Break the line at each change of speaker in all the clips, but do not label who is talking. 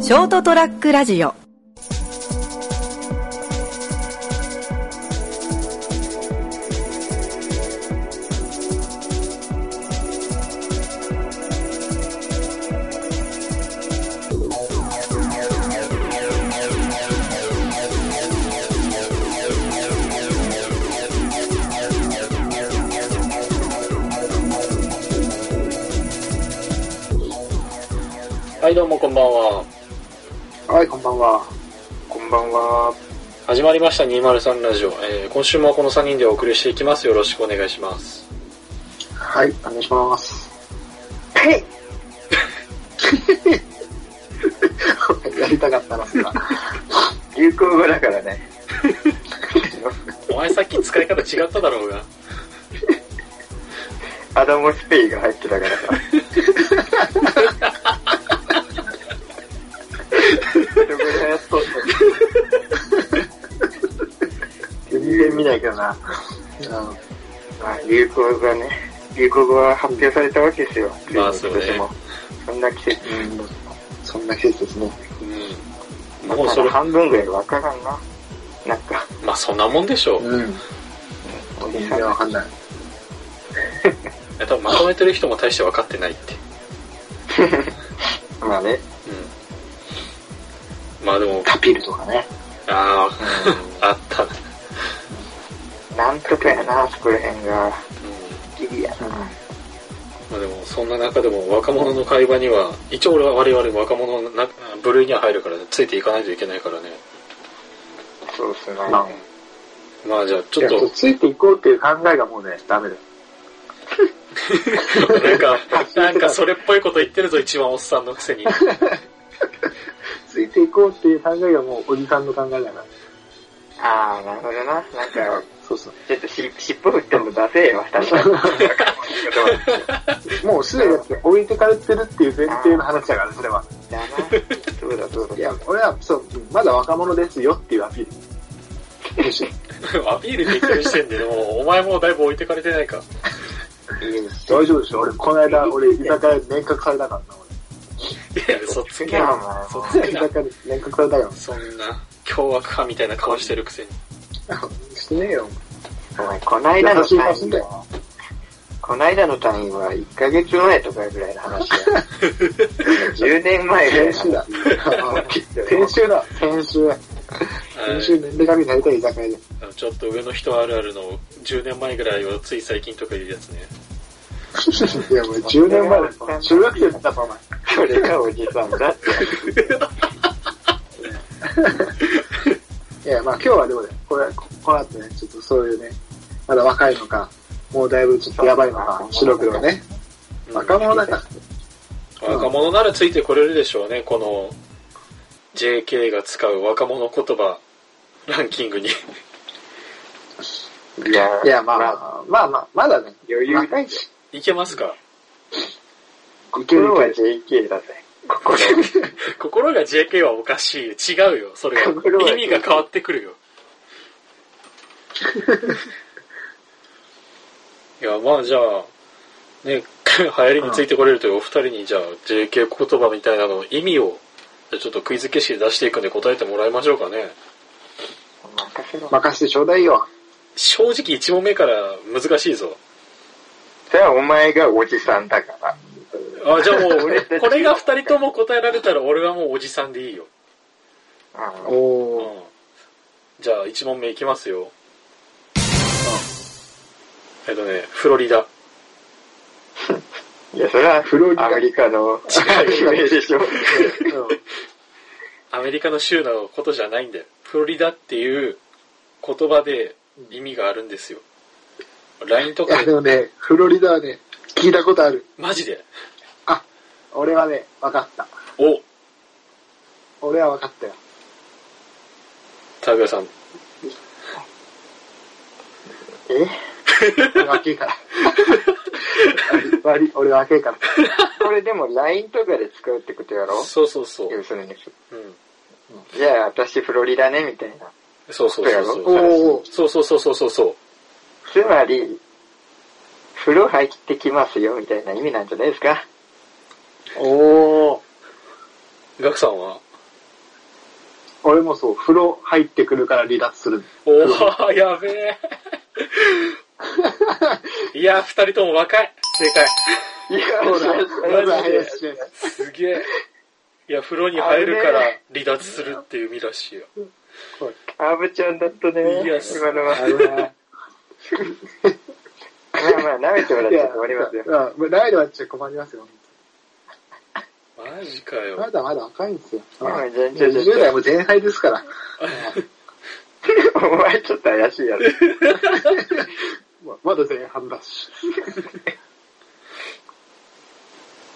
ショートトラックラジオ
はい、どうもこんばんは。
はい、こんばんは。こんばんは。
始まりました203ラジオ。えー今週もこの3人でお送りしていきます。よろしくお願いします。
はい、お願いします。はい。 やりたかったな、そ れは。流行語だから ね。
お前さっき使い方違っただろうが。
アダモスペイが入ってたからさ。どこで流行っとんの全然見ないけどな。まあ、流行語がね、流行語が発表されたわけですよ。
まあそうね
今年も。そんな季節、うん、そんな季節ですね。
うん。
ま
もう
あ、
それ、
半分ぐらいわからんな。なんか。
まあそんなもんでしょう。
うん。おじさんわかんない。
え多分まとめてる人も大して分かってないって。
まあね、
うん。まあでも、
タピルとかね。
ああ、あったね。
なんとかやな、そこら辺が。
うん。
ギリやな。
まあでも、そんな中でも若者の会話には、一応俺は我々若者のな部類には入るから、ついていかないといけないからね。
そうっすね。
まあじゃあ、ちょ
ちょ
っ
っ
と
と、ついていこうっていう考えがもうね、ダメだよ。
なんか、なんかそれっぽいこと言ってるぞ、一番おっさんのくせに。
ついていこうっていう考えがもうおじさんの考えだな。
ああ、なるほどな。なんか、
そうそう。
ちょっとし尻尾振ってもダセえわ、確かに。
もうすでにだって置いてかれてるっていう前提の話だから、それは。
だな。そうだ、そうだ。
いや、俺は、そう、まだ若者ですよっていうアピール。むしろ
アピールできる時点で、でも、お前もうだいぶ置いてかれてないか。
いいです。
大丈夫でしょ俺、この間、俺、居酒屋で年賀されたからな、
いや、嘘つけ
いや
な。
お前
嘘つ
俺。
け
居
な。
酒屋で年賀されたから。
そんな、凶悪犯みたいな顔してるくせに。
してねえよ。
お前、こないだの
優しい
単
話
位
だ
は、
よ。
こないだの単位は1ヶ月前とかぐらいの話だよ。10年前ぐらいの
先週
話
だ。先週だ。先週。
は
先週年齢紙された居酒屋で。
いちょっと上の人あるあるの10年前ぐらいをつい最近とかいうやつ ね。
いや、もう10年前 だよ。中学生だったぞ、お前。
それがおじさんだって。
いや、まあ今日はでもね、これ、ここの後ね、ちょっとそういうね、まだ若いのか、もうだいぶちょっとやばいのか、白黒はね。
うん
若者だから。
若者ならついてこれるでしょうね、この JK が使う若者言葉ランキングに。
いや
いや、まあまあ、まあまあ、まだね、
余裕
若
だ
い
よ。
し。
いけますか
いける
心はい
ける。
JK だぜ。心。
心が JK はおかしい。違うよ、それは。
心は
意味が変わってく るよ。いや、まあじゃあ、ね、流行りについてこれるというお二人に、じゃあ JK 言葉みたいなのの意味を、じゃあちょっとクイズ形式で出していくんで答えてもらいましょうかね。
任せろ。
任せてちょうだいよ。
正直1問目から難しいぞ。
じゃあ、お前がおじさんだから。
あ、じゃあもう 俺、これが二人とも答えられたら俺はもうおじさんでいいよ。
うん
う
おー。
ん。じゃあ1問目いきますよ。えっとね、フロリダ。
いや、それは
フロリダ
アメリカの有名でしょ。
アメリカの州のことじゃないんだよ。フロリダっていう言葉で意味があるんですよ。LINE と
いや、
か
で
で、
もね、フロリダはね、聞いたことある。
マジで。
あ、俺はね、わかった。
お、
俺はわかったよ。
タグヤさん。
え俺は赤いから。割り、俺は赤いから。
これでも LINE とかで使うってことやろ
そうそうそう。
要するに。
うん。
じゃあ、私フロリダね、みたいな。
そうそうそうそ
お
う。
ー。
そうそうそうそうそうそう。
つまり、風呂入ってきますよ、みたいな意味なんじゃないですか。
おー。
ガクさんは
俺もそう、風呂入ってくるから離脱する。
おー、やべ え。いや、二人とも若い。正解。
いや、
ほら、まだ
マジで
林です。
すげえ。いや、風呂に入るから離脱するっていう意味らしいよ。
アブちゃんだったね。
いや
今のは。まあまあ、舐めてもらっ
い
ちゃ
や、
困りますよ。
うん、ライドはちょっと困りますよ。
マジかよ
ま。だまだ若いんですよ。
まあ
20
全然全然
代も前輩ですから。
お前ちょっと怪しいやろ。
ままだ前半だし。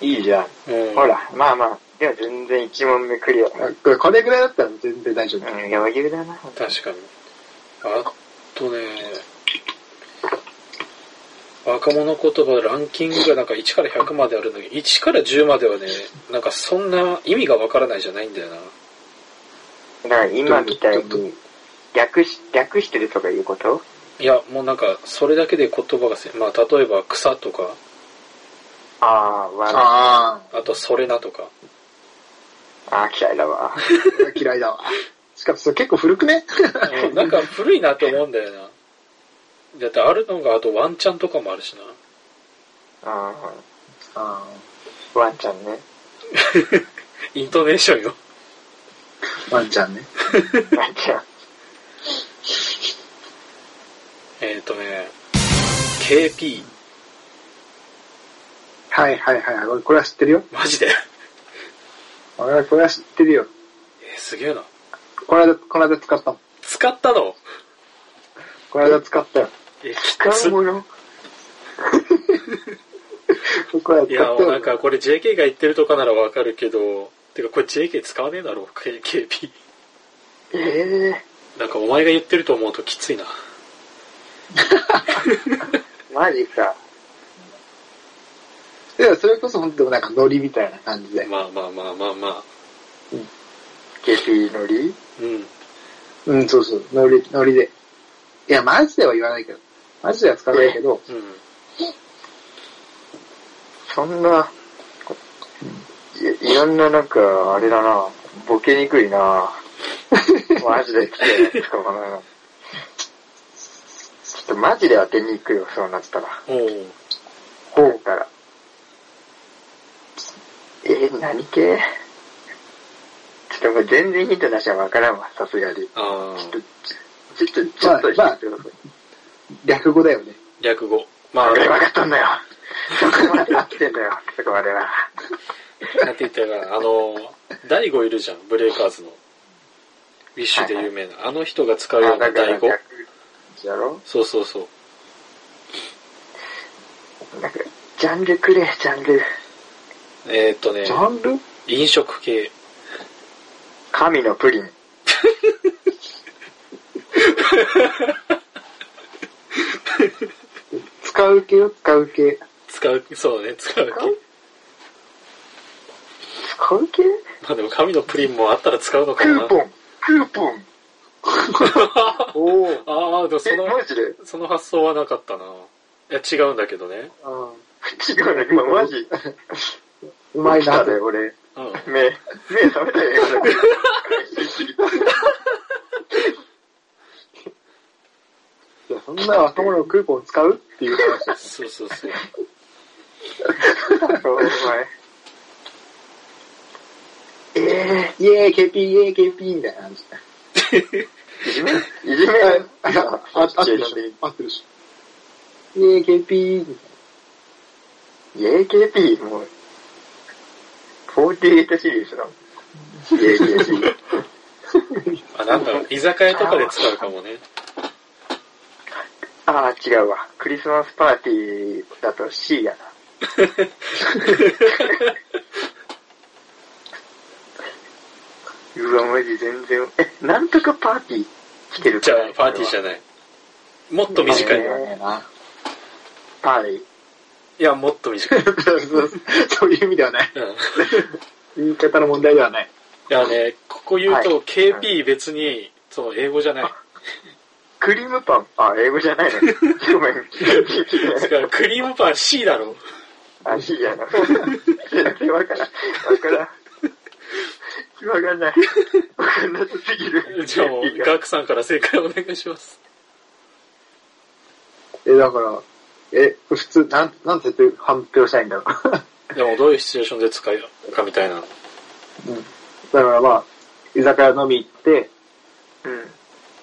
いいじゃん。
うん
ほら、まあまあ。でも全然1問目クリア。
あこれこれぐらいだったら全然大丈夫。
うん、やばぎれだな。本当に
確かに。あとね、若者言葉ランキングがなんか1から100まであるんだけど、1から10まではね、なんかそんな意味がわからないじゃないんだよな。
だから今みたいに、略し、略してるとかいうこと
いや、もうなんか、それだけで言葉がせ、まあ、例えば草とか、
ああ、わ
あ
あとそれなとか。
ああ、嫌いだ わ。
あ、嫌いだわ。しかもそれ結構古くね
うんなんか古いなと思うんだよな。だってあるのが、あとワンチャンとかもあるしな。
あ
あ
あ、ワンちゃん ね。
イントネーションよ。
あ、ワンちゃんね。
ワンちゃん。
えっ、ー、とね、KP。
はいはいはいはい。俺これは知ってるよ。
マジで。
俺はこれは知ってるよ。
えーすげえな。
この間、この間使ったもん。
使ったの
この間使ったよ。
え、き
使うも の
これはい使
や、
っ
も
た
う
よ。
なんかこれ JK が言ってるとかならわかるけど、てかこれ JK 使わねえだろ、K- KP。
ええ
なんかお前が言ってると思うときついな。
マジか。
いや、それこそ本当でもなんかノリみたいな感じで。
まあまあまあまあまあ。
KP のり
うん。
うん、そうそう。ノリ、ノリで。いや、マジでは言わないけど。マジでは使わないけど、
うん。
そんな、いいろんななんか、あれだな、ボケにくい なマジで来て、しかもな。ちょっとマジで当てに行くよ、そうなったら。
おう
ほうから。えー、何系ちょっともう全然ヒントなしはわからんわ、さすがに。
ああ。
ちょっと、ちょっと、ちょ
まあ
っと、
略語だよね。
略語。まあ、
あれ分
な
かったんだよ。そこまでやってんだよ、そこまでは。
んて言ったらいいかな、あの、大悟いるじゃん、ブレイカーズの。ウィッシュで有名な。あの人が使うような大悟。
じゃろ
そうそうそう。
なんか、ジャンルくれ、ジャンル。
えー、っとね
ジ、ャンル
飲食系。
神のプリン。
使う系よ、使う系。
使う、そうね、使う系。
使う使う系
まあでも神のプリンもあったら使うの
ク
かな。
ーポン。クーポン。
おお。
ああ、でもそ
え、
の、
マジで
その発想はなかったな。いや、違うんだけどね。
違うね、今マジ。
うまい
起きた
な
で、俺。
うん。
目、目覚めたよ、今。
いや、そんな若者のクーポン使うっていう話。
そうそうそう。
お前。え
イエーイ、KP、イエーイ、KP みたいな感じ。
ー、いじめいじめ
あ、あ、あってるでしょ。合ってるでしょ。イエーイ、KP みたい
?JKP、もう。48シリーズの。JKP。
あ、なんだろう、居酒屋とかで使うかもね。
ああ、違うわ。クリスマスパーティーだと C やな。うわ、マジ全然。え、なんとかパーティー来てる
じゃあ、パーティーじゃ
ん。
ない。もっと短い。
え
な。な。
パーティー。
いや、もっと短い。うん。
そういう意味ではない。
い
言い方の問題ではない。
やね、ここ言うと、
は
KP 別に、そう、英語じゃない。
クリームパン。あ、英語じゃない の。ごめん。
だから、クリームパン C だろ。
あ、C やな。全然わからん。わからん。わかんない。わかんなさすぎ
じゃあもう、ガクさんから正解お願いします。
え、だから、え、普通、なん、なんて言って発表したいんだろう。
でも、どういうシチュエーションで使うかみたいな。
うん。だからまあ、居酒屋飲み行って、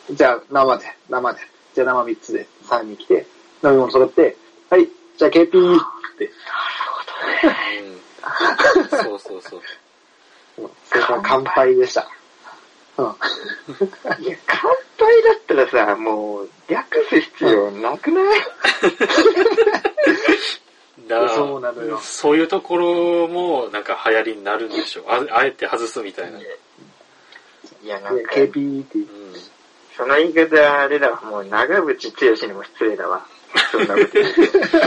うん。
じゃあ生で、生で、じゃあ生3つで、3人来て、飲み物揃って、はい、じゃあ KP って、
うん。そうそうそう。
うんそれから乾杯で した。うん。
いや、乾杯だったらさ、もう、略す必要なくない
だから
そうなのよ
そういうところも、なんか流行りになるんでしょう。ああえて外すみたいな。
いや、なん
で
か、
KP って
うん。
その言い方あれだわ、もう、長渕剛にも失礼だわ。そん なこと言う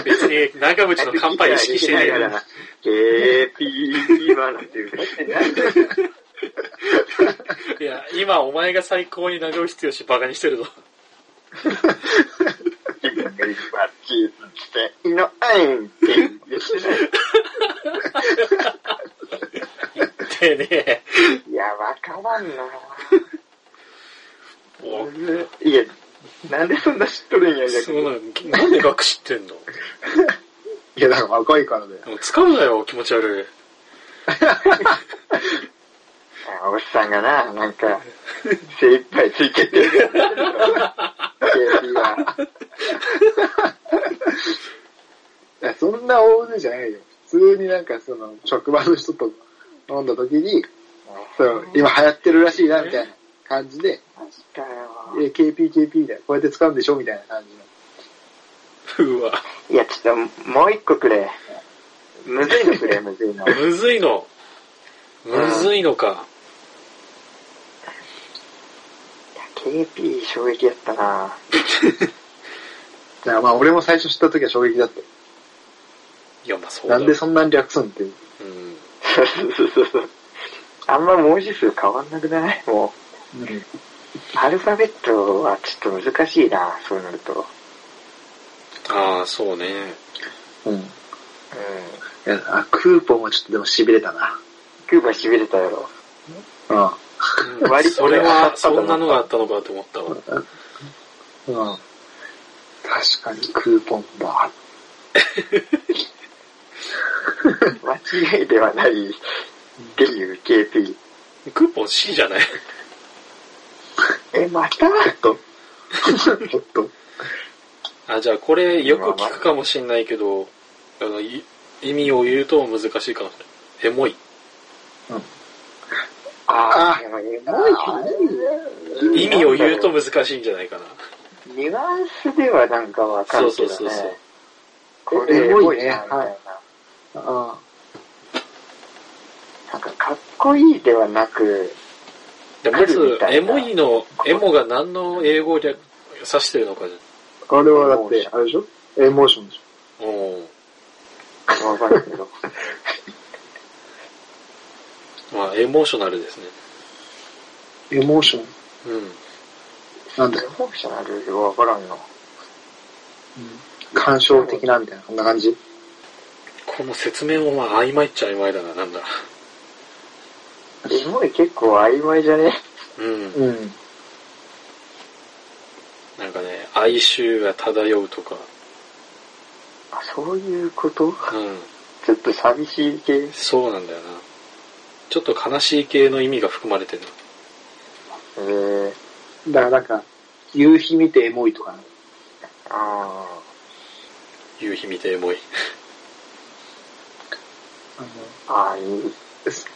別に、長渕の乾杯意識してない
な
よ
が。ら、えー、ピー、ピーバーなんて歌ってないんだよ。
いや、今お前が最高に長渕剛バカにしてるぞ。
自分 が一番チーズして、いのあいんって言ってない。
でね、
いや、わからんな
お
いや、なんでそんな知っとるんや、逆
そう
に。
なの、なんで楽知ってんのも
いや、だから若いからね。
う使うなよ、気持ち悪い。
あおっさんがな、なんか、精一杯ついて ってるから。KP は。
いやそんな大勢じゃないよ。普通になんかその、職場の人と飲んだ時に、そう、今流行ってるらしいな、みたいな感じで、
マジかよ。
え、KP、KP みたいな、こうやって使うんでしょみたいな感じの。
うわ、
いや、ちょっと、もう一個くれ。むずいのくれ、むずいの。
むずいの。むずいのか。
KP 衝撃やったな
だからまあ、俺も最初知った時は衝撃だったよ。
いや、まあそうだ
な
ろ
んでそんなに略すんっていう。
うん。
そうそうそうそう。あんま文字数変わんなくないも
うん。
う、アルファベットはちょっと難しいなそうなると。
ああ、そうね。
うん。い
うん。
やあクーポンもちょっとでも痺れたな。
クーバー痺れたやろ。
う
うん
割と
それは、そんなのがあったのかと思ったわ。
ん。うん。確かにクーポンだ。
間違いではないっていう KP。
クーポン C じゃない
え、また
おっと。おっと。
あ、じゃあこれよく聞くかもしんないけど、あの、い意味を言うと難しいかもしれない。エモい。
あ
あ
あ、でもエモい
意味を言うと難しいんじゃないかな。
ニュアンスではなんかわかるけどね。
そうそうそうそう
これエ
エモ
モ
い
い
ね
な、みたいな。
はいあ
なんかかっこいいではなく、
でま
来るみ
ず、
た
エ
いな
モいの、エモが何の英語を略指してるのかじ
あれはだって、あれでしょエモーションでし
ゃ。おー
わかんないけ ど。
まあ、エモーショナルですね。
ょエモーション
うん。
なんだよ。
フォークショナルよ、わからんの。
感傷的なみたいな、こんな感じ。
この説明もまあ曖昧っちゃ曖昧だな、なんだ。
エモい結構曖昧じゃね
うん。
うん。
なんかね、哀愁が漂うとか、
あ、そういうこと
うん。
ちょっと寂しい系。
そうなんだよな。ちょっと悲しい系の意味が含まれてるな。
えー、
だからなんか、夕日見てエモいとか、
あ
夕日見てエモい。
あ
ーあ ー、いい。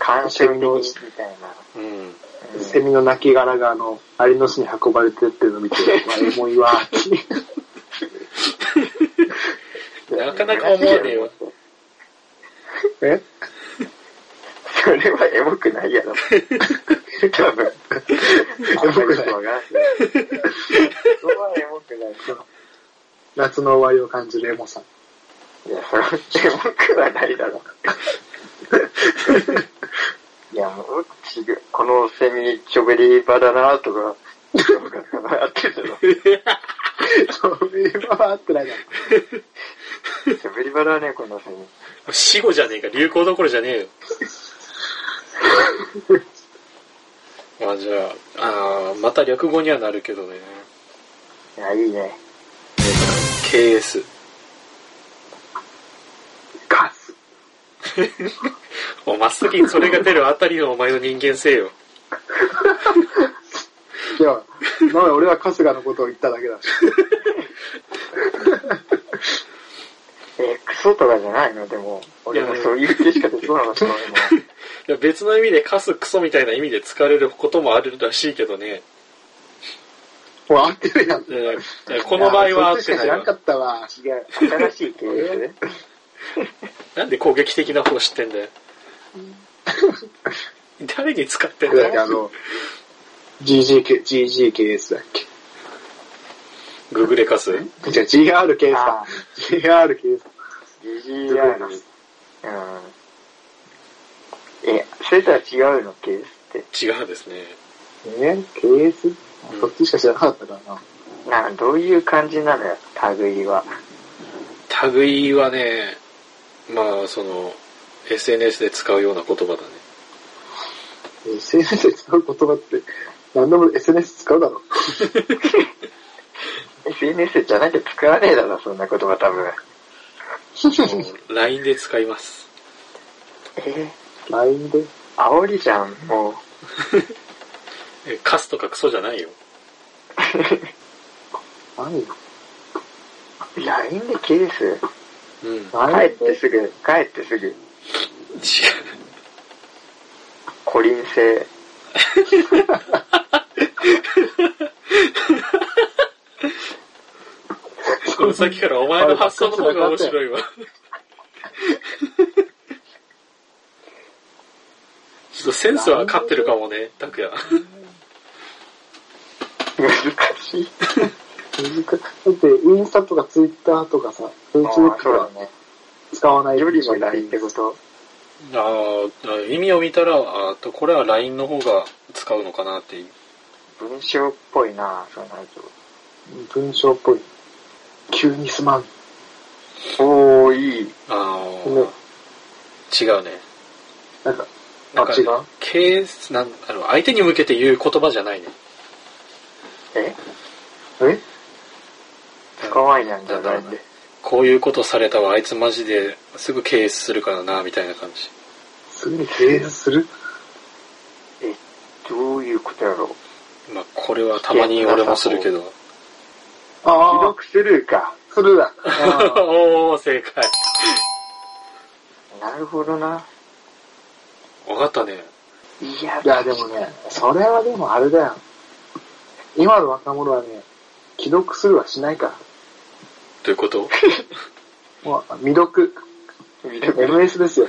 感
セ
傷
ミの、
的みたいな。
うん。
うん
セミの亡きがあの、アリの巣に運ばれてってるの 見て、まあ、エモいわーって。
なかなか思わねえわ。
え
それはエモくない やろ。多分。あんまりよくわからんけど。それはエモくないよ。
夏の終わりを感じるエモさ。
いや、それはエモくはないだろ。いや、もう、ちぐ、このセミ、チョベリバだなとか、あってたろ。チ
そういうのは合ってないな。
ョベリバだね、このセミ。
死後じゃねえか、流行どころじゃねえよ。 まあじゃあ、あーまた略語にはなるけどね。
いや、いいね。
KS。
ガス。
お、真っ先にそれが出るあたりのお前の人間性よ。
いや、な俺は春日のことを言っただけだし。
え、クソとかじゃないのでも、俺もそういう系しか出そうなのと思
いや別の意味でカスクソみたいな意味で使われることもあるらしいけどね。
ほら、合ってるやん。
いやいやこの場合は合
そっ
っ
ち
て
し
な
か知
い
らんか
わ。
ったわ。
違う。新しい系ですね。
なんで攻撃的な方知ってんだよ。誰に使ってん
これだ
だ
けあ
よ。
の、GGK、GGKS だっけ。
ググレカス。
じゃ GRKS
あ
だ。GRKS。
GGR の。うん。え、それとは違うのケースっ
違うですね。
え ?KS?
うん
そっちしか知らなかったからな。
て。な、どういう感じなのよ、類は。
類はね、まあその、SNS で使うような言葉 だね。
SNS で使う言葉って、何でも SNS 使うだろ。
SNS じゃなきゃ使わねえだろ、そんな言葉多分。
LINE で使います。
え
LINE で。
煽りじゃん、もう。
えカスとかクソじゃないよ。
何
LINE でケース
うん。違う。
帰ってすぐ、帰ってすぐ、孤輪性。
このさっきからお前の発想の方が面白い わ。ちょっとセンスは勝ってるかもね、拓也。
難しい。
難しいだって、インスタとかツイッターとかさ、フェイスブックとか
ね。
使わない
よりも LINE ってこと。
ああ、意味を見たら、あとこれは LINE の方が使うのかなって。
文章っぽいなそうなる
文章っぽい。急にすまん。
と。おー、いい。
ああ、
ね
違うね。
なんか、
なんか
あ違う
ケース、なん、あの、相手に向けて言う言葉じゃないね。
え
え
使わんやんじゃ
な
な
だろ
んいん
うね
で。
こういうことされたわ、あいつマジですぐケースするからな、みたいな感じ。
すぐに経営する
え、どういうことやろう。
まあ、これはたまに俺もするけど。
既
ああ、
読スルーか。
するだ。
おー、正解。
なるほどな。
わかったね。
いや
い、や、でもね、それはでもあれだよ。今の若者はね、既読するはしないから。
ということ
もう、未読。
未読
MS ですよ。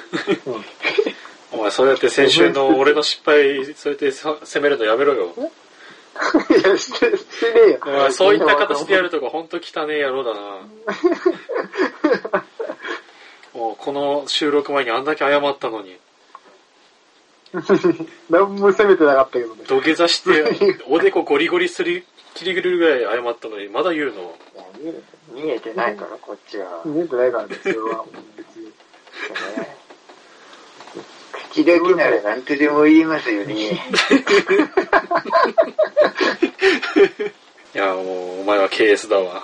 お前、そうやって先週の俺の失敗、そうやってさ責めるのやめろよ。
いや、して、してねえよ。
お前、そういった形でやるとか、ほんと汚ねえ野郎だな。もう、この収録前にあんだけ謝ったのに、
何も責めてなかったけどね。
土下座して、おでこゴリゴリすり、切りぐるぐらい謝ったのに、まだ言うの。
いや見え見えてないから、こっちは。ね
見えてないからね、それは。別に
口だけなら何とでも言えますよね。
いや、もう、お前は KS だわ。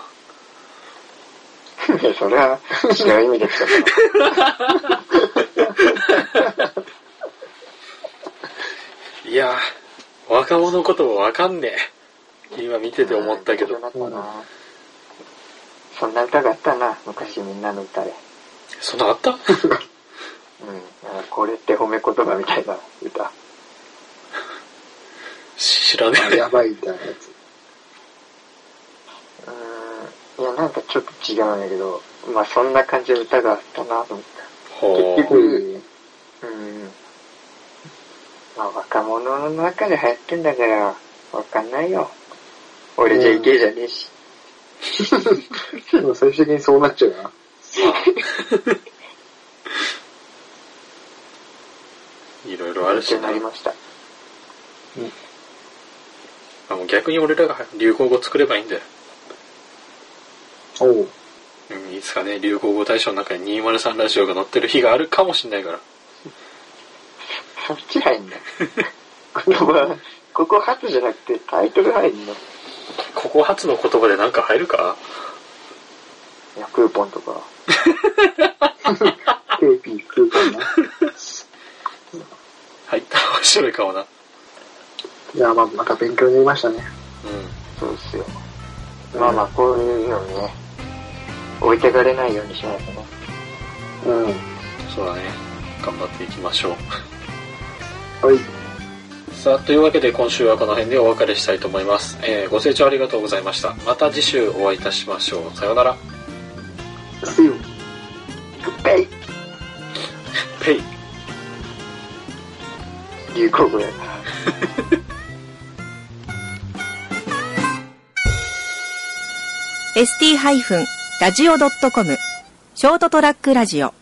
いやそれは違う意味で使ったの。
いや、若者ことわかんねえ。今見てて思ったけど。
そうだなそんな歌があったな、昔みんなの歌で。
そんなあった
うん。なんかこれって褒め言葉みたいな歌。
知らね え。
やばいみたいなやつ。
うん。いや、なんかちょっと違うんだけど、まあそんな感じの歌があったなと思っ
ほ
結
う
局。た。うん。まあ若者の中で流行ってんだから、わかんないよ。俺じゃいけじゃねえし。
でも最終的にそうなっちゃうな。
いろいろあるし
勉強に
な
なり。ました。
あもう逆に俺らが流行語作ればいいんだよ。
おう。
うん、いつかね、流行語大賞の中に203ラジオが載ってる日があるかもしんないから。
そっちがいいんだ。言葉、ここ初じゃなくてタイトル入んの。い
ここ初の言葉でなんか入るか
や、クーポンとか。
ケーピー食うかな。
入ったら面白いかもな。
いや、まあ、なんか勉強になりましたね。
う
そうっすよ。まあまあ、こういうのね、置いてかれないようにしないとね。
うん。
ん。そうだね。頑張っていきましょ
はい。
う。さあ、というわけで今週はこの辺でお別れしたいと思います。えーご清聴ありがとうございました。また次週お会いいたしましょう。さようなら。
See you.
グッペイ
ペイ。
流行語や。
ST-radio.com ショートトラックラジオ